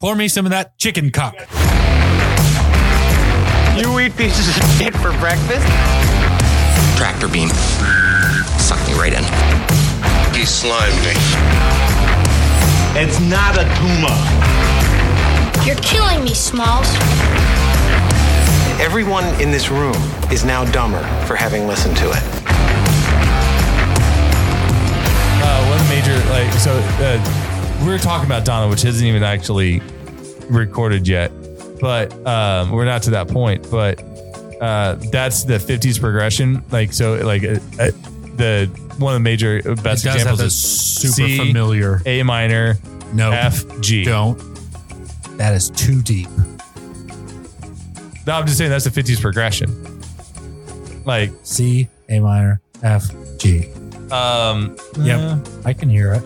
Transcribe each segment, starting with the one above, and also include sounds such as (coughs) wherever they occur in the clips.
Pour me some of that chicken cock. You eat pieces of (laughs) shit for breakfast? Tractor beam. Sucked me right in. He slimed me. It's not a tumor. You're killing me, Smalls. Everyone in this room is now dumber for having listened to it. uh, one major like so uh, we were talking about Donna, which isn't even actually recorded yet, but um, we're not to that point. But uh, that's the '50s progression. Like so, like uh, uh, the one of the major uh, best It does have examples a is super C, familiar. A minor, No, F, G. don't. That is too deep. No, I'm just saying that's the '50s progression. Like, C, A minor, F, G. um, Yep, I can hear it.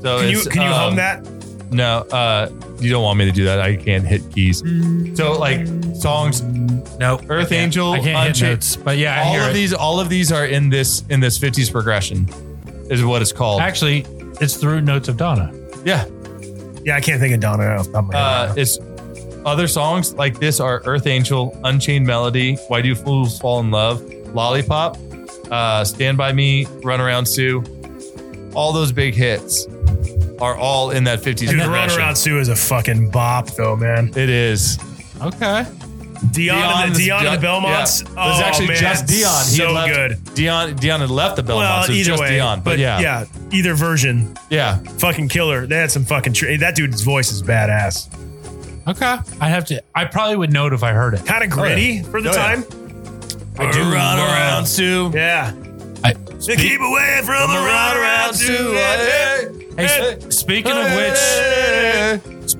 so Can you it's, can you hum um, that? No, uh, you don't want me to do that. I can't hit keys. Mm. So like songs, No, Earth Angel, I can't hit Unchained- notes, but yeah, I all hear of it. these all of these are in this in this 50s progression is what it's called Actually, it's through Notes of Donna. yeah Yeah, I can't think of Donna off the top of my head. uh it's other songs like this are earth angel unchained melody why do fools fall in love lollipop uh stand by me run around sue all those big hits are all in that 50s Dude, Run progression. Around Sue is a fucking bop, though, man. it is Uh, Okay. Dion, Dion's- the, Dion, and the Dion- Belmonts. yeah. Oh, it was actually man, just Dion. He so had left, good. Dion, Dion had left the Belmonts. Well, it was either just way, Dion. But, yeah, yeah, either version, yeah. fucking killer. They had some fucking. Tra- that dude's voice is badass. Okay. I have to, I probably would know it if I heard it. Kind of gritty for the Oh, yeah. time. I do Run around, Sue. Yeah. I- So keep away from a run around Sue. Hey, sp- speaking of which,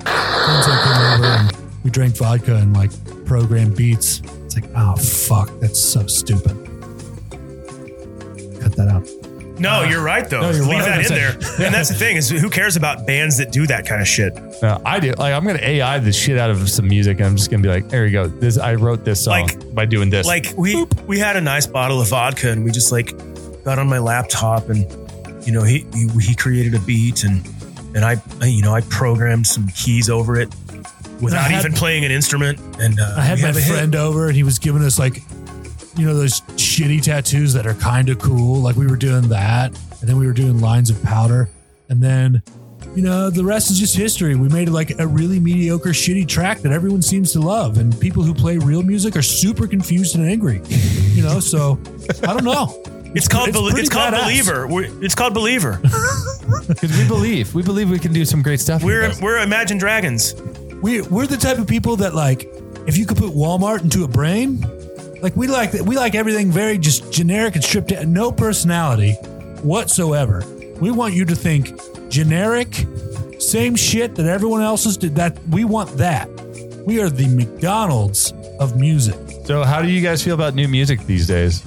we drank vodka and like programmed beats. It's like, oh, fuck, that's so stupid. Cut that out. No, you're right though. no, you're Leave right. that in there. I'm And that's the thing is, who cares about bands that do that kind of shit? No, I do. Like, I'm gonna AI the shit out of some music, and I'm just gonna be like, "There you go. This I wrote this song Like- by doing this." Like we we had a nice bottle of vodka, and we just like got on my laptop, and you know he he, he created a beat, and and I I- you know I programmed some keys over it without I had- even playing an instrument. And uh, I had we my have a hit. friend over and he was giving us like, you know, those shitty tattoos that are kind of cool. Like we were doing that. And then we were doing lines of powder. And then, you know, the rest is just history. We made like a really mediocre, shitty track that everyone seems to love. And people who play real music are super confused and angry, you know? So I don't know. It's called it's Bel- it's, pretty called badass. Believer. We're, it's (laughs) called Believer. because we believe, we believe we can do some great stuff. We're we're Imagine Dragons. We, we're the type of people that like, if you could put Walmart into a brain, like we like that. We like everything very just generic and stripped down, no personality whatsoever. We want you to think generic, same shit that everyone else's did. That we want that. We are the McDonald's of music. so, how do you guys feel about new music these days?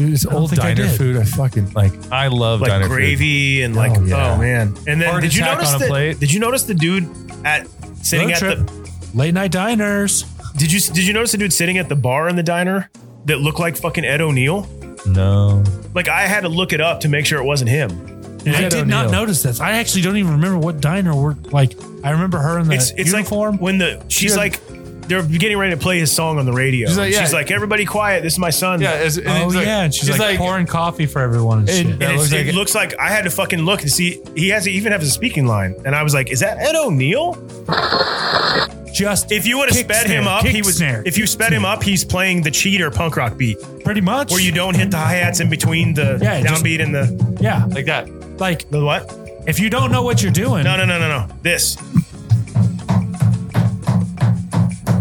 It's don't think I did. I fucking like. I love like diner food. gravy and like Oh, oh, yeah. man. And then Heart did you attack on notice a the, plate. Did you notice the dude at sitting Road at trip. the Late night diners. Did you did you notice the dude sitting at the bar in the diner that looked like fucking Ed O'Neill? No, Like I had to look it up to make sure it wasn't him. I did not notice this. I actually don't even remember what diner we're like. I remember her in the It's it's uniform. like when the she's Yeah. like they're getting ready to play his song on the radio. She's She's like, like, yeah. everybody quiet. This is my son. Yeah, it's, and oh it's like, yeah, and she's like, pouring coffee for everyone. And, And- shit. Yeah, it And it's, looks like it it. looks like I had to fucking look and see. He has to even have a speaking line, and I was like, "Is that Ed O'Neill?" just If you would have kick sped snare, him up, kick he was. snare, If you kick sped him snare. up, he's playing the cheater punk rock beat, pretty much, where you don't hit the hi hats in between the Yeah, just- downbeat and the yeah, like that. like the what? if you don't know what you're doing, No, no, no, no, no. This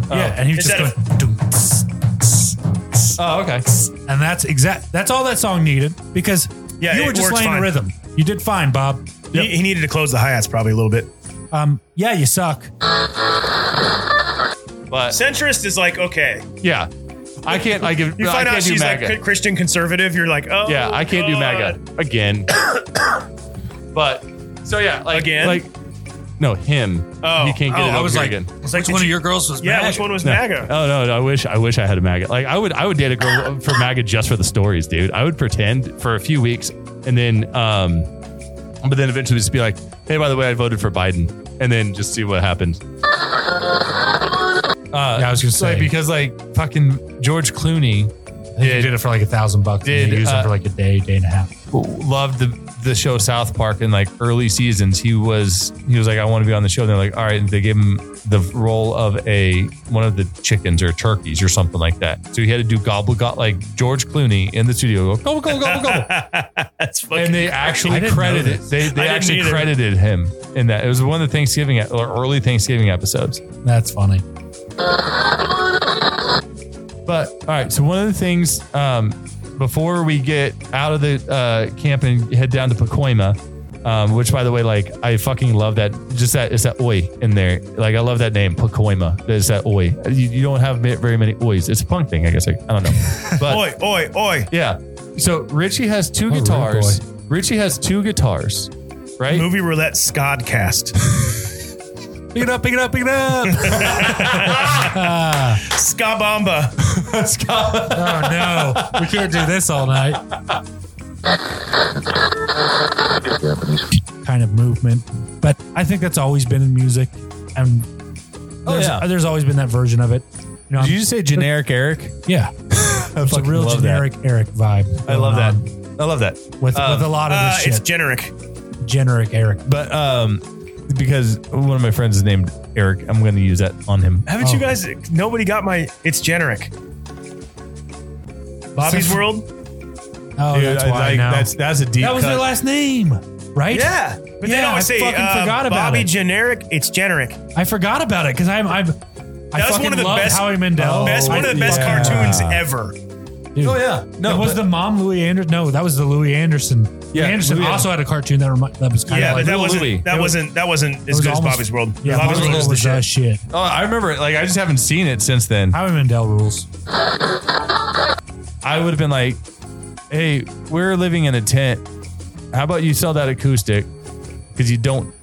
yeah, and he's just Instead going, dum, tss, tss, tss, Oh, okay. tss. and that's exact. That's all that song needed because Yeah, you it were just works playing the fine. rhythm. You did fine, Bob. he, he needed to close the hi hats probably a little bit. Um, yeah, you suck. But Centrist is like okay. yeah, I can't. I give. You I find can't out do she's like MAGA. Christian conservative. You're like oh Yeah, I can't do God. Oh, MAGA again. (coughs) but so yeah, like Again? like no him. Oh. he can't get Oh, it I over was here like- again. It's like one of your girls was Yeah, which one was No. MAGA? Oh no, no, I wish I wish I had a MAGA. Like I would I would date a girl for MAGA just for the stories, dude. I would pretend for a few weeks and then um, but then eventually just be like, hey, by the way, I voted for Biden, and then just see what happens. Uh, Yeah, I was gonna say like, because like fucking George Clooney I think he did it for like a thousand bucks. and did, he used uh, it for like a day, day and a half. loved the the show South Park in like early seasons. He was he was like, I want to be on the show. And they're like, all right. And they gave him the role of a one of the chickens or turkeys or something like that. So he had to do gobble gobble like George Clooney in the Oh, studio. Go, gobble gobble gobble gobble. That's fucking. and they I actually didn't know credited this. they I they didn't actually either. credited him in that. It was one of the Thanksgiving e, or early Thanksgiving episodes. That's funny. But all right, so one of the things um, before we get out of the uh, camp and head down to Pacoima, um, which by the way, like I fucking love that. Just that it's that oi in there. Like I love that name, Pacoima. There's that oi. You, you don't have very many ois. It's a punk thing, I guess. I, I don't (laughs) know. But oi, oi, oi. yeah, so Richie has two rude guitars. Richie has two guitars, right? Movie Roulette Scottcast. Pick it up, pick it up, pick it up. (laughs) Skabamba. Oh no, we can't do this all night. kind of movement, but I think that's always been in music, and oh there's, yeah. there's always been that version of it. You know, I'm- Did you just say generic Eric? (laughs) yeah, it's a fucking real love that. generic Eric vibe. I love going that. on I love that. Um, with with a lot of Uh, this it's shit. generic. generic Eric. But um, because one of my friends is named Eric, I'm going to use that on him. Haven't Oh. you guys? Nobody got my. It's generic. Bobby's World. Oh, that's I- why like, now. That's that's a deep. that was cut. their last name, right? Yeah, but Yeah, then I I always say fucking uh, forgot about Bobby it. generic. It's generic. I forgot about it because I'm I'm. I That was fucking one of the love best- Oh, Howie Mandel. Oh, best one of the best Yeah. cartoons ever. Dude. Oh yeah, No, no, was but- the mom Louis Anderson? No, that was the Louis Anderson. Yeah, Anderson Louis also had a cartoon that remi- that was kind Yeah, of like but that Little wasn't Louie. that It was- wasn't that wasn't it was as good as almost- Bobby's World. Yeah, Bobby's World was the shit. Oh, I remember it. Like I just haven't seen it since then. Howie Mandel rules. I would have been like, "Hey, we're living in a tent. How about you sell that acoustic? Because you don't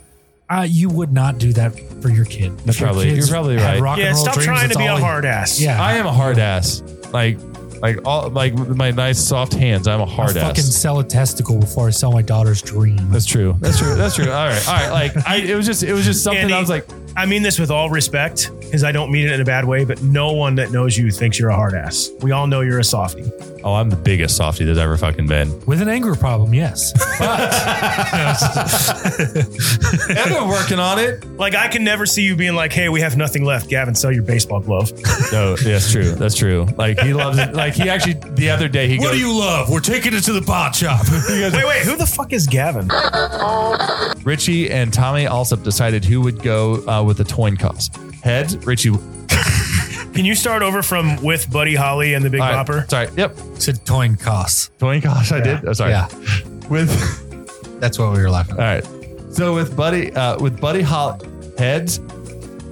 Uh, you would not do that for your kid. If your probably- kids you're probably had right. Rock Yeah, and roll stop dreams, trying to that's be a all he- hard ass. Yeah, I am a hard ass. Like, like all like with my nice soft hands. I'm a I'll hard fucking ass. sell a testicle before I sell my daughter's dream. That's true. That's true. That's true. All right. All right. Like I, it was just, it was just something. Andy, I was like, I mean this with all respect, because I don't mean it in a bad way, but no one that knows you thinks you're a hard ass. We all know you're a softie. oh, I'm the biggest softie there's ever fucking been. With an anger problem, yes. (laughs) I've been working on it. Like I can never see you being like, "Hey, we have nothing left, Gavin. Sell your baseball glove." (laughs) No, that's true. That's true. Like he loves it. Like he actually the other day he goes, love? We're taking it to the pot shop. wait, wait, who the fuck is Gavin? Richie and Tommy Alsop decided who would go uh, with the coin cost. Heads, Richie. Can you start over from with Buddy Holly and the Big all right, Bopper? Sorry. Yep. Said toin costs. Coin cost. I did. Oh, sorry. Yeah, With (laughs) that's what we were laughing. all right. So with Buddy, uh, with Buddy Holly, heads,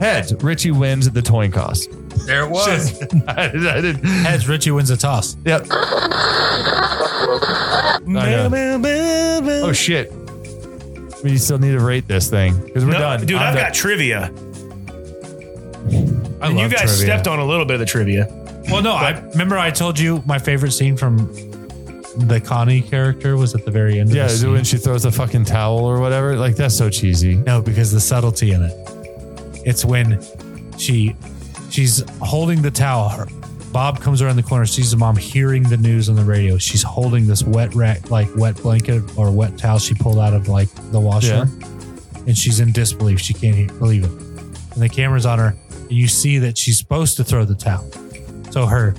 heads. Richie wins the coin cost. There it (laughs) I, did- I did. Heads, Richie wins the toss. Yep. I No, Oh shit. We still need to rate this thing because we're done. dude, I'm I've done. got trivia. I and you love guys trivia. stepped on a little bit of the trivia. Well, no, I remember I told you my favorite scene from the Connie character was at the very end. Yeah, of the is it scene. when she throws a fucking towel or whatever. Like that's so cheesy. no, because the subtlety in it. It's when she she's holding the towel. Her, Bob comes around the corner, sees the mom hearing the news on the radio. She's holding this wet rack, like wet blanket or wet towel she pulled out of like the washer, and she's in disbelief. She can't he- believe it, and the camera's on her, and you see that she's supposed to throw the towel. So her,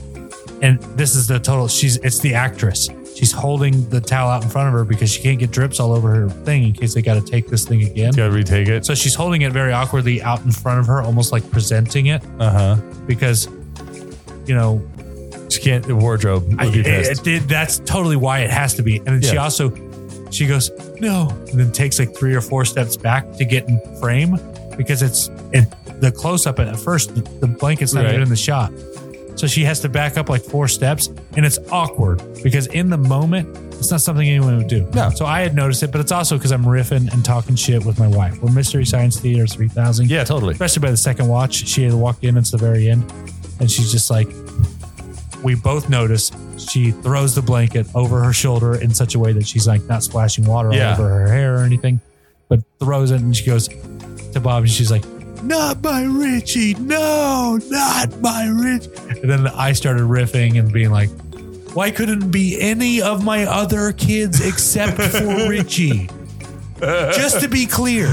and this is the total. She's it's the actress. She's holding the towel out in front of her because she can't get drips all over her thing in case they got to take this thing again. Gotta retake it. So she's holding it very awkwardly out in front of her, almost like presenting it Uh huh. because, you know, She can't wardrobe. Would I, be it- pissed. it did- that's totally why it has to be. And then she Yeah. also, she goes no, and then takes like three or four steps back to get in frame because it's it, the close up at first the, the blanket's not Right. even in the shot, so she has to back up like four steps, and it's awkward because in the moment. It's not something anyone would do. No. So I had noticed it, but it's also because I'm riffing and talking shit with my wife. We're Mystery Science Theater 3000 yeah, totally. especially by the second watch, she had walked in at the very end, and she's just like, we both notice she throws the blanket over her shoulder in such a way that she's like not splashing water all Yeah. over her hair or anything. but throws it and she goes to Bob and she's like, "Not my Richie, no, not my Rich." And then I started riffing and being like, "Why couldn't it be any of my other kids except (laughs) for Richie?" Just to be clear,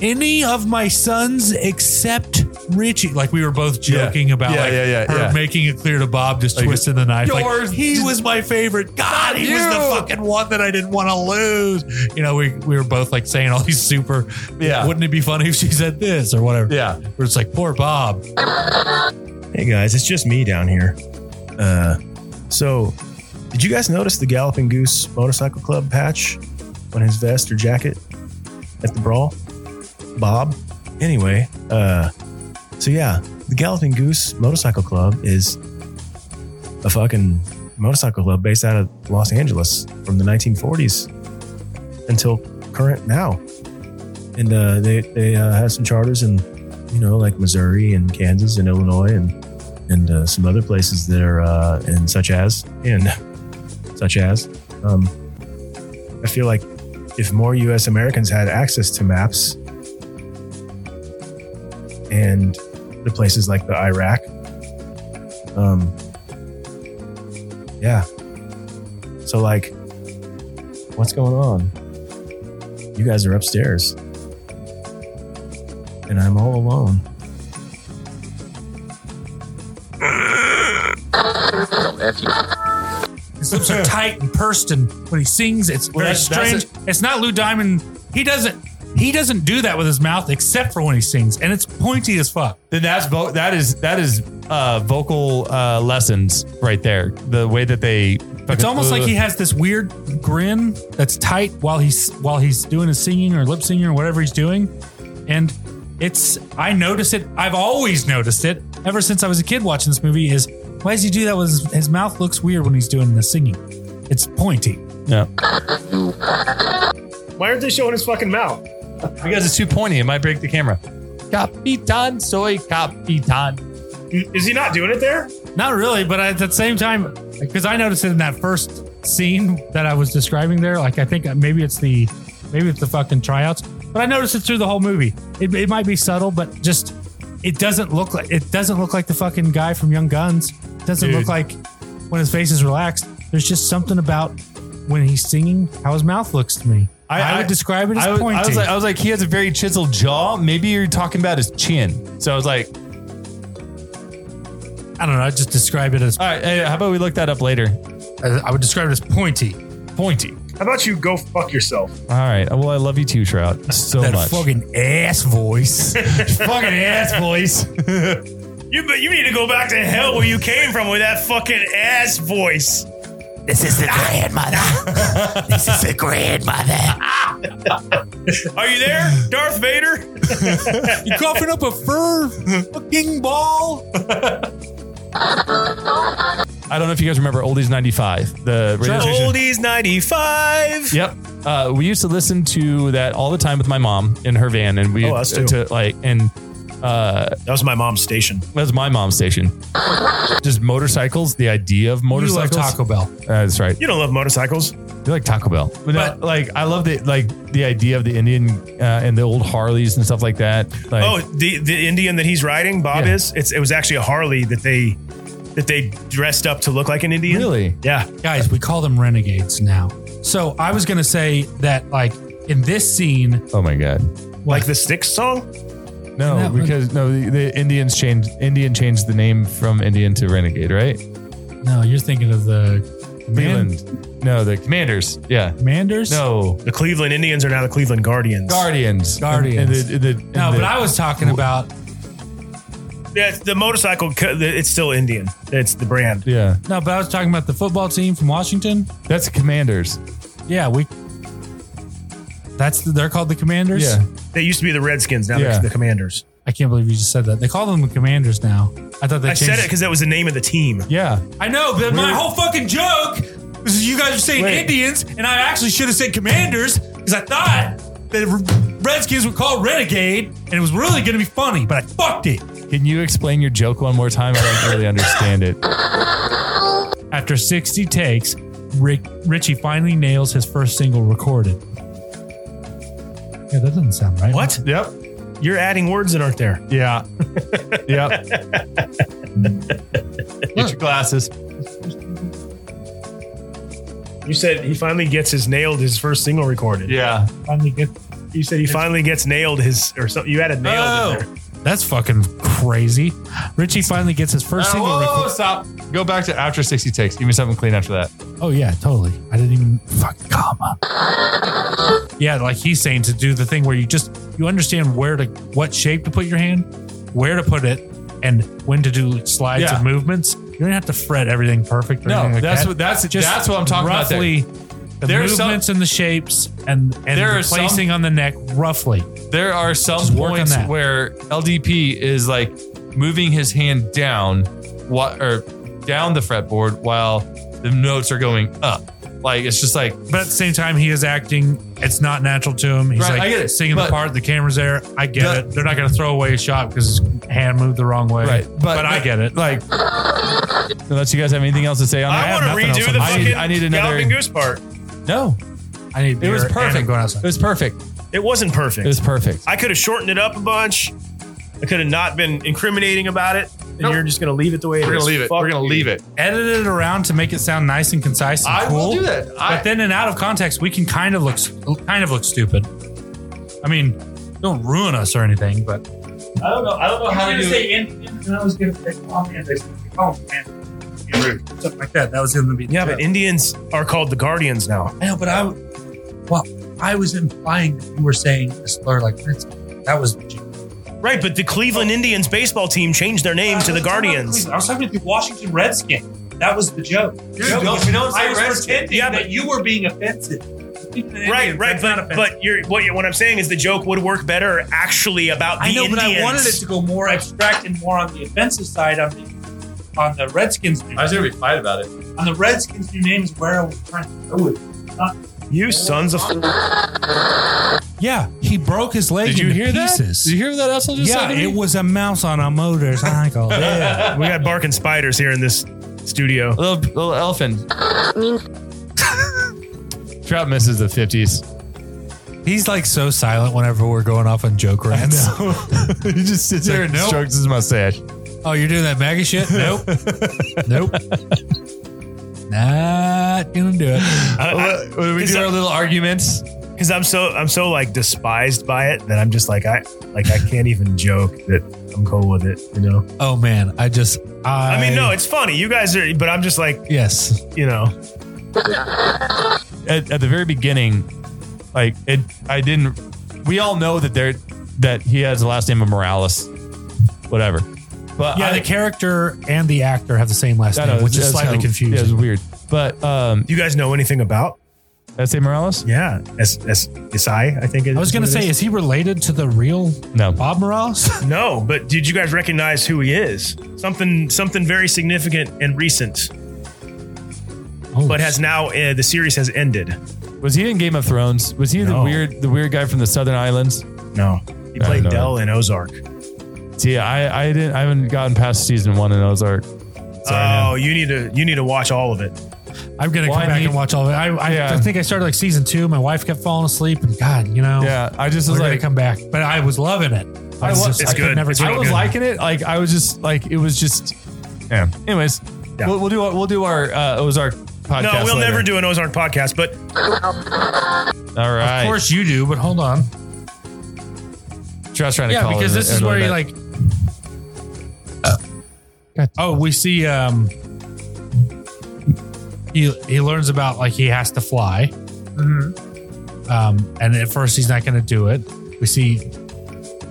any of my sons except Richie. Like we were both Yeah. joking about Yeah, like yeah, yeah, her yeah. making it clear to Bob, just Like, twisting the knife. Like "Yours he did- was my favorite. God, he was the you." fucking one that I didn't want to lose. You know, we we were both like saying all these super. Yeah. Wouldn't it be funny if she said this or whatever? Yeah. Where it's like poor Bob. Hey guys, it's just me down here. Uh, so, did you guys notice the Galloping Goose Motorcycle Club patch on his vest or jacket at the brawl? Bob? Anyway, uh, so yeah, the Galloping Goose Motorcycle Club is a fucking motorcycle club based out of Los Angeles from the 1940s until current now. And uh, they, they uh, have some charters in, you know, like Missouri and Kansas and Illinois and and uh, some other places that are uh, and such as and (laughs) such as um, i feel like if more us americans had access to maps and the places like the iraq um, yeah so like what's going on you guys are upstairs and i'm all alone His lips (laughs) are tight and pursed, and when he sings, it's very that's- that's strange. It's not Lou Diamond. He doesn't. He doesn't do that with his mouth except for when he sings, and it's pointy as fuck. Then that's vo- that is that is uh, vocal uh, lessons right there. The way that they It's almost like he has this weird grin that's tight while he's while he's doing his singing or lip singing or whatever he's doing, and it's I notice it. I've always noticed it ever since I was a kid watching this movie. Is why does he do that? with his, his mouth looks weird when he's doing the singing? It's pointy. no Why aren't they showing his fucking mouth? because it's too pointy. It might break the camera. Capitan, soy capitan. Is he not doing it there? Not really, but at the same time, because I noticed it in that first scene that I was describing there. Like I think maybe it's the maybe it's the fucking tryouts, but I noticed it through the whole movie. It, it might be subtle, but just it doesn't look like it doesn't look like the fucking guy from Young Guns. It doesn't Dude. look like when his face is relaxed. There's just something about when he's singing how his mouth looks to me. I, would describe it as I uh, was, pointy. I was, like, I was like, he has a very chiseled jaw. Maybe you're talking about his chin. So I was like, I don't know. I just describe it as all right, hey, how about we look that up later? I I would describe it as pointy. Pointy. How about you go fuck yourself? All right. Well, I love you too, Shroud, so that much. fucking ass voice. (laughs) fucking ass voice. You but you need to go back to hell where you came from with that fucking ass voice. This is the grandmother. this is the (laughs) grandmother. Are you there, Darth Vader? You coughing up a fur fucking ball? I don't know if you guys remember Oldies 95, the radio station. Oldies 95. Yep. Uh, we used to listen to that all the time with my mom in her van, and we Oh, us too. to like and uh, That was my mom's station. that's my mom's station. Just motorcycles. The idea of You love motorcycles. Taco Bell. Uh, that's right. You don't love motorcycles. You like Taco Bell, but, no, But- like I love the like the idea of the Indian uh, and the old Harleys and stuff like that. Like, Oh, the the Indian that he's riding, Bob Yeah. is. It's it was actually a Harley that they that they dressed up to look like an Indian. really? Yeah. Guys, we call them renegades now. So I was gonna say that like in this scene, Oh my god. Like the Sticks song? No, that one- because no, the, the Indians changed. Indian changed the name from Indian to Renegade, right? no, you're thinking of the command- Leland. No, the Commanders. Yeah. Commanders? No, The Cleveland Indians are now the Cleveland Guardians. Guardians. Guardians. And the- the- No, and but the- I was talking about That's the motorcycle co- the- it's still Indian. It's the brand. Yeah, no, but I was talking about the football team from Washington. that's Commanders. Yeah, we that's the, they're called the commanders. Yeah, They used to be the Redskins, now Yeah. they're the Commanders. I can't believe you just said that. They call them the commanders now. I thought they I changed said it because that was the name of the team. yeah. I know, but my whole fucking joke was you guys were saying Wait. Indians, and I actually should have said Commanders because I thought the Redskins were called Renegade, and it was really going to be funny, but I fucked it. Can you explain your joke one more time? I don't really understand it. After 60 takes, Rick, Richie finally nails his first single recorded. Yeah, that doesn't sound right. What? Yep. You're adding words that aren't there. Yeah. (laughs) yep. Get your glasses. You said he finally gets his nailed his first single recorded. Yeah. Finally get- You said he finally gets nailed his or something. You added nailed in there. That's fucking crazy. Richie finally gets his first Uh, single. whoa, record- stop. Go back to after 60 takes. Give me something clean after that. Oh yeah, totally. I didn't even fucking comma. Yeah, like he's saying to do the thing where you just you understand where to what shape to put your hand, where to put it, and when to do slides Yeah. and movements. You don't have to fret everything perfect. Or No, anything like that's that. what- that's- that's what I'm talking about there. roughly The There are some- movements and the shapes and and There the are some- placing on the neck roughly. There are some Just work on points that. where LDP is like moving his hand down, what or down the fretboard while the notes are going up. Like it's just like But at the same time, he is acting. It's not natural to him. He's Right, like I get it. singing But- the part. The camera's there. I get The- it. They're not going to throw away a shot because his hand moved the wrong way. Right, but- But, I get it. like. Unless you guys have anything else to say on I, that, want to nothing else redo on the my- fucking I need- I need another- galloping goose part. no, I need. it beer and was I'm perfect. Going It outside. was perfect. It wasn't perfect. It was perfect. I could have shortened it up a bunch. I could have not been incriminating about it. And Nope. you're just going to leave it the way it is. We're gonna leave it. Fuck We're gonna you. leave it. edited it around to make it sound nice and concise. And I cool. will do that. I- but then, and out of context, we can kind of look kind of look stupid. I mean, don't ruin us or anything, but I don't know. I don't know how to do it. I was going to say, oh man, they oh man, something like that. That was going to be Yeah, but Indians are called the Guardians now. I know, but I, well, I was implying that you were saying a slur like that's, that was Right, but the Cleveland Indians baseball team changed their name to the Guardians. I was talking to the Washington Redskins. That was the joke. Dude, don't- you don't say Redskins. Yeah, but- that you were being offensive. Right, right, but but you're what you what I'm saying is the joke would work better actually about the I know, Indians. but I wanted it to go more abstract and more on the offensive side on the on the Redskins. New I was gonna be quiet about it. on the Redskins' new name is where I was trying to go with. it. Not- You sons of Yeah, he broke his leg Did you into hear that? pieces. Did you hear what that asshole just yeah, said? to me? it was a mouse on a motorcycle. yeah. we got barking spiders here in this studio. A little, little elephant. Trout misses the fifties. He's like so silent whenever we're going off on joke rants. he just sits there and strokes his mustache. (laughs) Oh, you're doing that MAGA shit? Nope. nope. Not gonna do it. Because What, what do we Is do that- our little arguments? I'm so I'm so like despised by it that I'm just like I like I can't even joke that I'm cool with it. You know. Oh man, I just I, I mean, no, it's funny. You guys are, but I'm just like Yes. you know. At, at the very beginning, like it, I didn't. We all know that there that he has the last name of Morales, whatever. But yeah, I, the character and the actor have the same last I don't name, know, which is that's slightly kinda- Yeah, it's confusing. weird. But um, Do you guys know anything about? did I say Morales? Yeah, S S Isai, I think. It I was is going to what it say, is he related to the real No. Bob (laughs) Morales? is. no, but did you guys recognize who he is? Something something very significant and recent, but has now uh, the series has ended. Was he in Game of Thrones? Was he the No. weird the weird guy from the Southern Islands? No, he played no. Dell in Ozark. See, I, I didn't I haven't gotten past season one in Ozark. oh, you need to you need to watch all of it. I'm going to Well, come I back need- and watch all of it. I, I, Yeah. I think I started like season two. My wife kept falling asleep, and God, you know, Yeah, I just we're was going to like, come back. But I was loving it. I, was lo- just, it's I could good. never It's get I was good. liking it. Like I was just like it was just. Yeah. Anyways, Yeah. We'll, we'll do our, we'll do our uh, Ozark podcast. No, we'll later. never do an Ozark podcast, but All right. Of course you do, but hold on. Trust trying to Yeah, call. because in this and is where all you that. like. Oh, we see. Um, he he learns about like he has to fly, Mm-hmm. um, and at first he's not going to do it. We see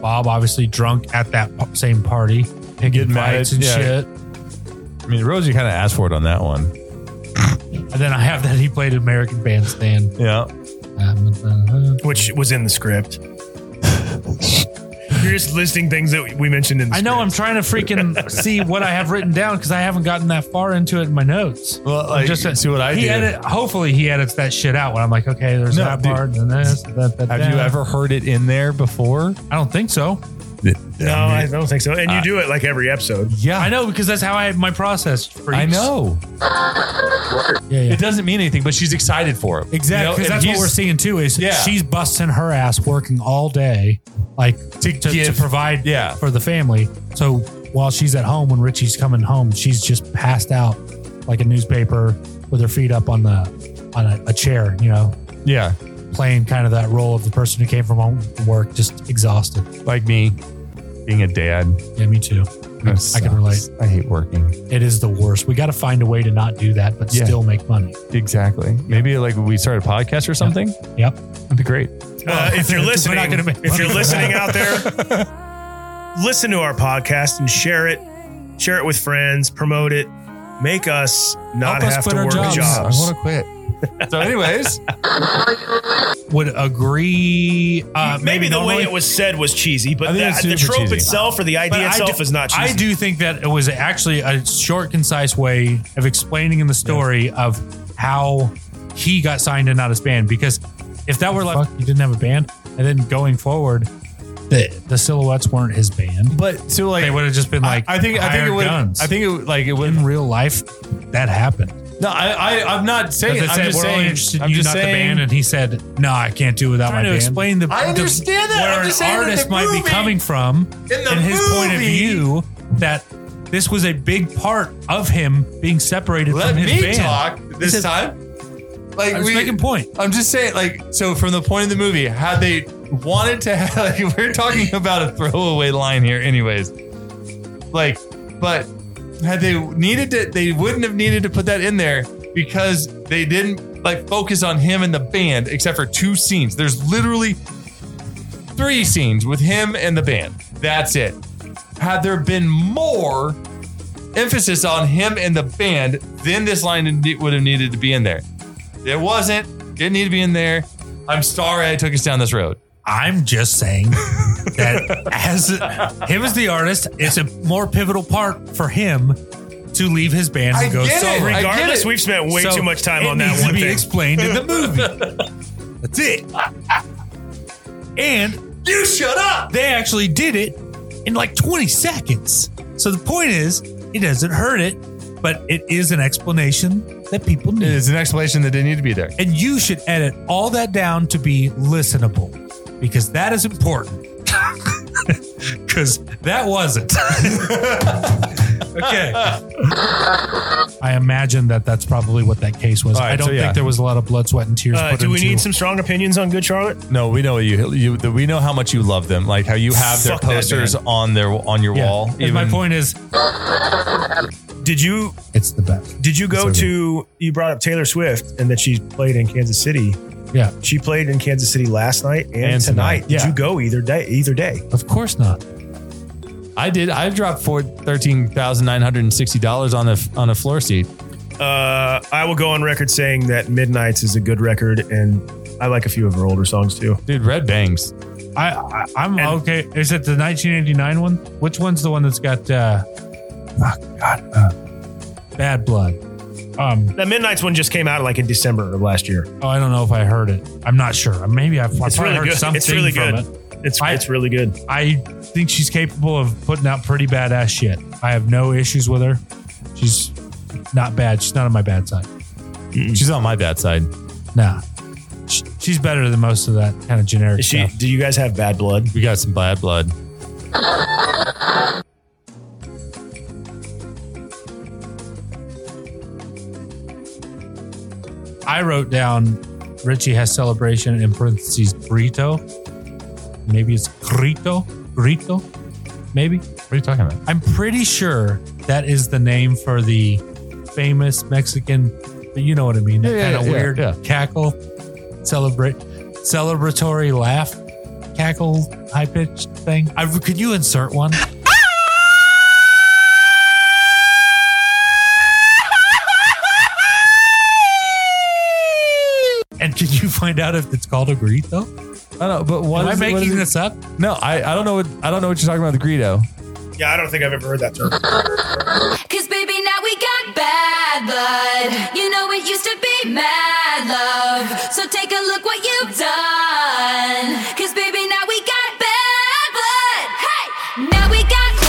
Bob obviously drunk at that p- same party, picking mad fights at- and yeah. shit. I mean, Rosie kind of asked for it on that one. And then I have that he played American (laughs) Bandstand. Yeah. which was in the script. You're just listing things that we mentioned in. the I know I'm script. trying to freaking see what I have written down because I haven't gotten that far into it in my notes. Well, like, just see what I he did. edit- hopefully he edits that shit out when I'm like, okay, there's No, that dude. part and this. That, that, Have that. you ever heard it in there before? I don't think so. No, Oh, I don't think so. And Uh, you do it like every (laughs) episode. Yeah, I know because that's how I my process. Freaks. I know. Yeah, yeah. It doesn't mean anything, but she's excited for it. Exactly, because You know, that's and what we're he's- seeing too. Is Yeah. she's busting her ass working all day, like to to, give- provide yeah. for the family. So while she's at home, when Richie's coming home, she's just passed out like a newspaper with her feet up on the on a, a chair, you know, Yeah, playing kind of that role of the person who came from home from work, just exhausted. like me, being a dad. Yeah, me too. That I sucks. can relate. I hate working. It is the worst. We got to find a way to not do that, but Yeah. still make money. Exactly. Maybe like we start a podcast or something. Yep. That'd be great. Uh, if (laughs) you're We're not listening, gonna make if you're money. listening (laughs) out there, listen to our podcast and share it. Share it with friends. Promote it. Make us Help not us have quit to our work jobs. I want to quit. So, anyways, Would agree. Uh, Maybe, the normally- way it was said was cheesy, but I think that, it's the super trope cheesy. itself or the But idea I itself do- is not cheesy. I do think that it was actually a short, concise way of explaining in the story of how he got signed and not his band. Because if that were Fuck, like, you didn't have a band, and then going forward, the the silhouettes weren't his band. but so like they would have just been like, I, I think I think it would. guns. I think it would- like it would. In real life, that happened. No, I, I I'm not saying. Because it I'm said, just we're saying. only interested in I'm you, just not the saying- band. And he said, no, I can't do it without my Trying to band. explain the, I the- understand that. I'm where just an saying that artist the might movie- be coming from in the his point of movie- view that this was a big part of him being separated Let from his me band. talk this He said- time. Like I was we, making a point. I'm just saying, like, so from the point of the movie, had they wanted to have, (laughs) like, we're talking about a throwaway line here, anyways. Like, but had they needed to, they wouldn't have needed to put that in there because they didn't, like, focus on him and the band except for two scenes. There's literally three scenes with him and the band. That's it. Had there been more emphasis on him and the band, then this line would have needed to be in there. It wasn't. Didn't need to be in there. I'm sorry I took us down this road. I'm just (laughs) saying that as him as the artist, it's a more pivotal part for him to leave his band I and go get it. solo. I get Regardless, it. we've spent way So too much time it on that needs one to be thing. explained in the (laughs) movie. That's it. And You shut up. they actually did it in like 20 seconds. So the point is, it doesn't hurt it, but it is an explanation that people need. It's an explanation that didn't need to be there. And you should edit all that down to be listenable because that is important. (laughs) Because that wasn't. (laughs) (laughs) okay. I imagine that that's probably what that case was. All right, I don't so yeah. think there was a lot of blood, sweat, and tears. Uh, put do we into- need some strong opinions on Good Charlotte? No, we know you. you we know how much you love them. Like how you have their Fuck that posters on their on your Yeah. wall. And my point is, Did you it's the best. did you go to? You brought up Taylor Swift and that she played in Kansas City. Yeah. she played in Kansas City last night and, And tonight. tonight, Did yeah. you go either day? Either day? Of course not. I did. I dropped four thirteen thousand nine hundred and sixty dollars on a on a floor seat. Uh, I will go on record saying that Midnight's is a good record, and I like a few of her older songs too. Dude, Red Bangs. I, I I'm And- okay. Is it the 1989 one? Which one's the one that's got? uh fuck, God, uh, bad blood. Um, That Midnight's one just came out like in December of last year. oh, I don't know if I heard it. I'm not sure. Maybe I've I It's probably really heard good. something It's really from good. it. It's I- it's really good. I think she's capable of putting out pretty badass shit. I have no issues with her. She's not bad. She's not on my bad side. She's on my bad side. Nah, Sh- she's better than most of that kind of generic Is she? stuff. Do you guys have Bad Blood? We got some bad blood. I wrote down Richie has celebration in parentheses burrito. Maybe it's grito, grito, maybe. What are you talking about? I'm pretty sure that is the name for the famous Mexican, but you know what I mean. That Yeah, yeah, kind of yeah, weird yeah. cackle, celebrate, celebratory laugh, cackle, high pitched thing. I, could you insert one? And can you find out if it's called a grito? I don't know, but what Am I is it- what is making it? this up? No, I, I don't know what I don't know what you're talking about. The Greedo. Yeah, I don't think I've ever heard that term. Cause baby, now we got bad blood. You know it used to be mad love. So take a look what you've done. Cause baby, now we got bad blood. Hey!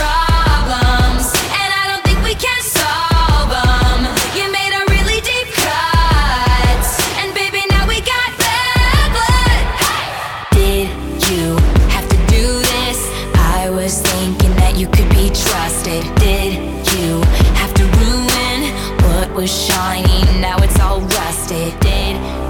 was thinking that you could be trusted. Did you have to ruin what was shiny? Now it's all rusted. Did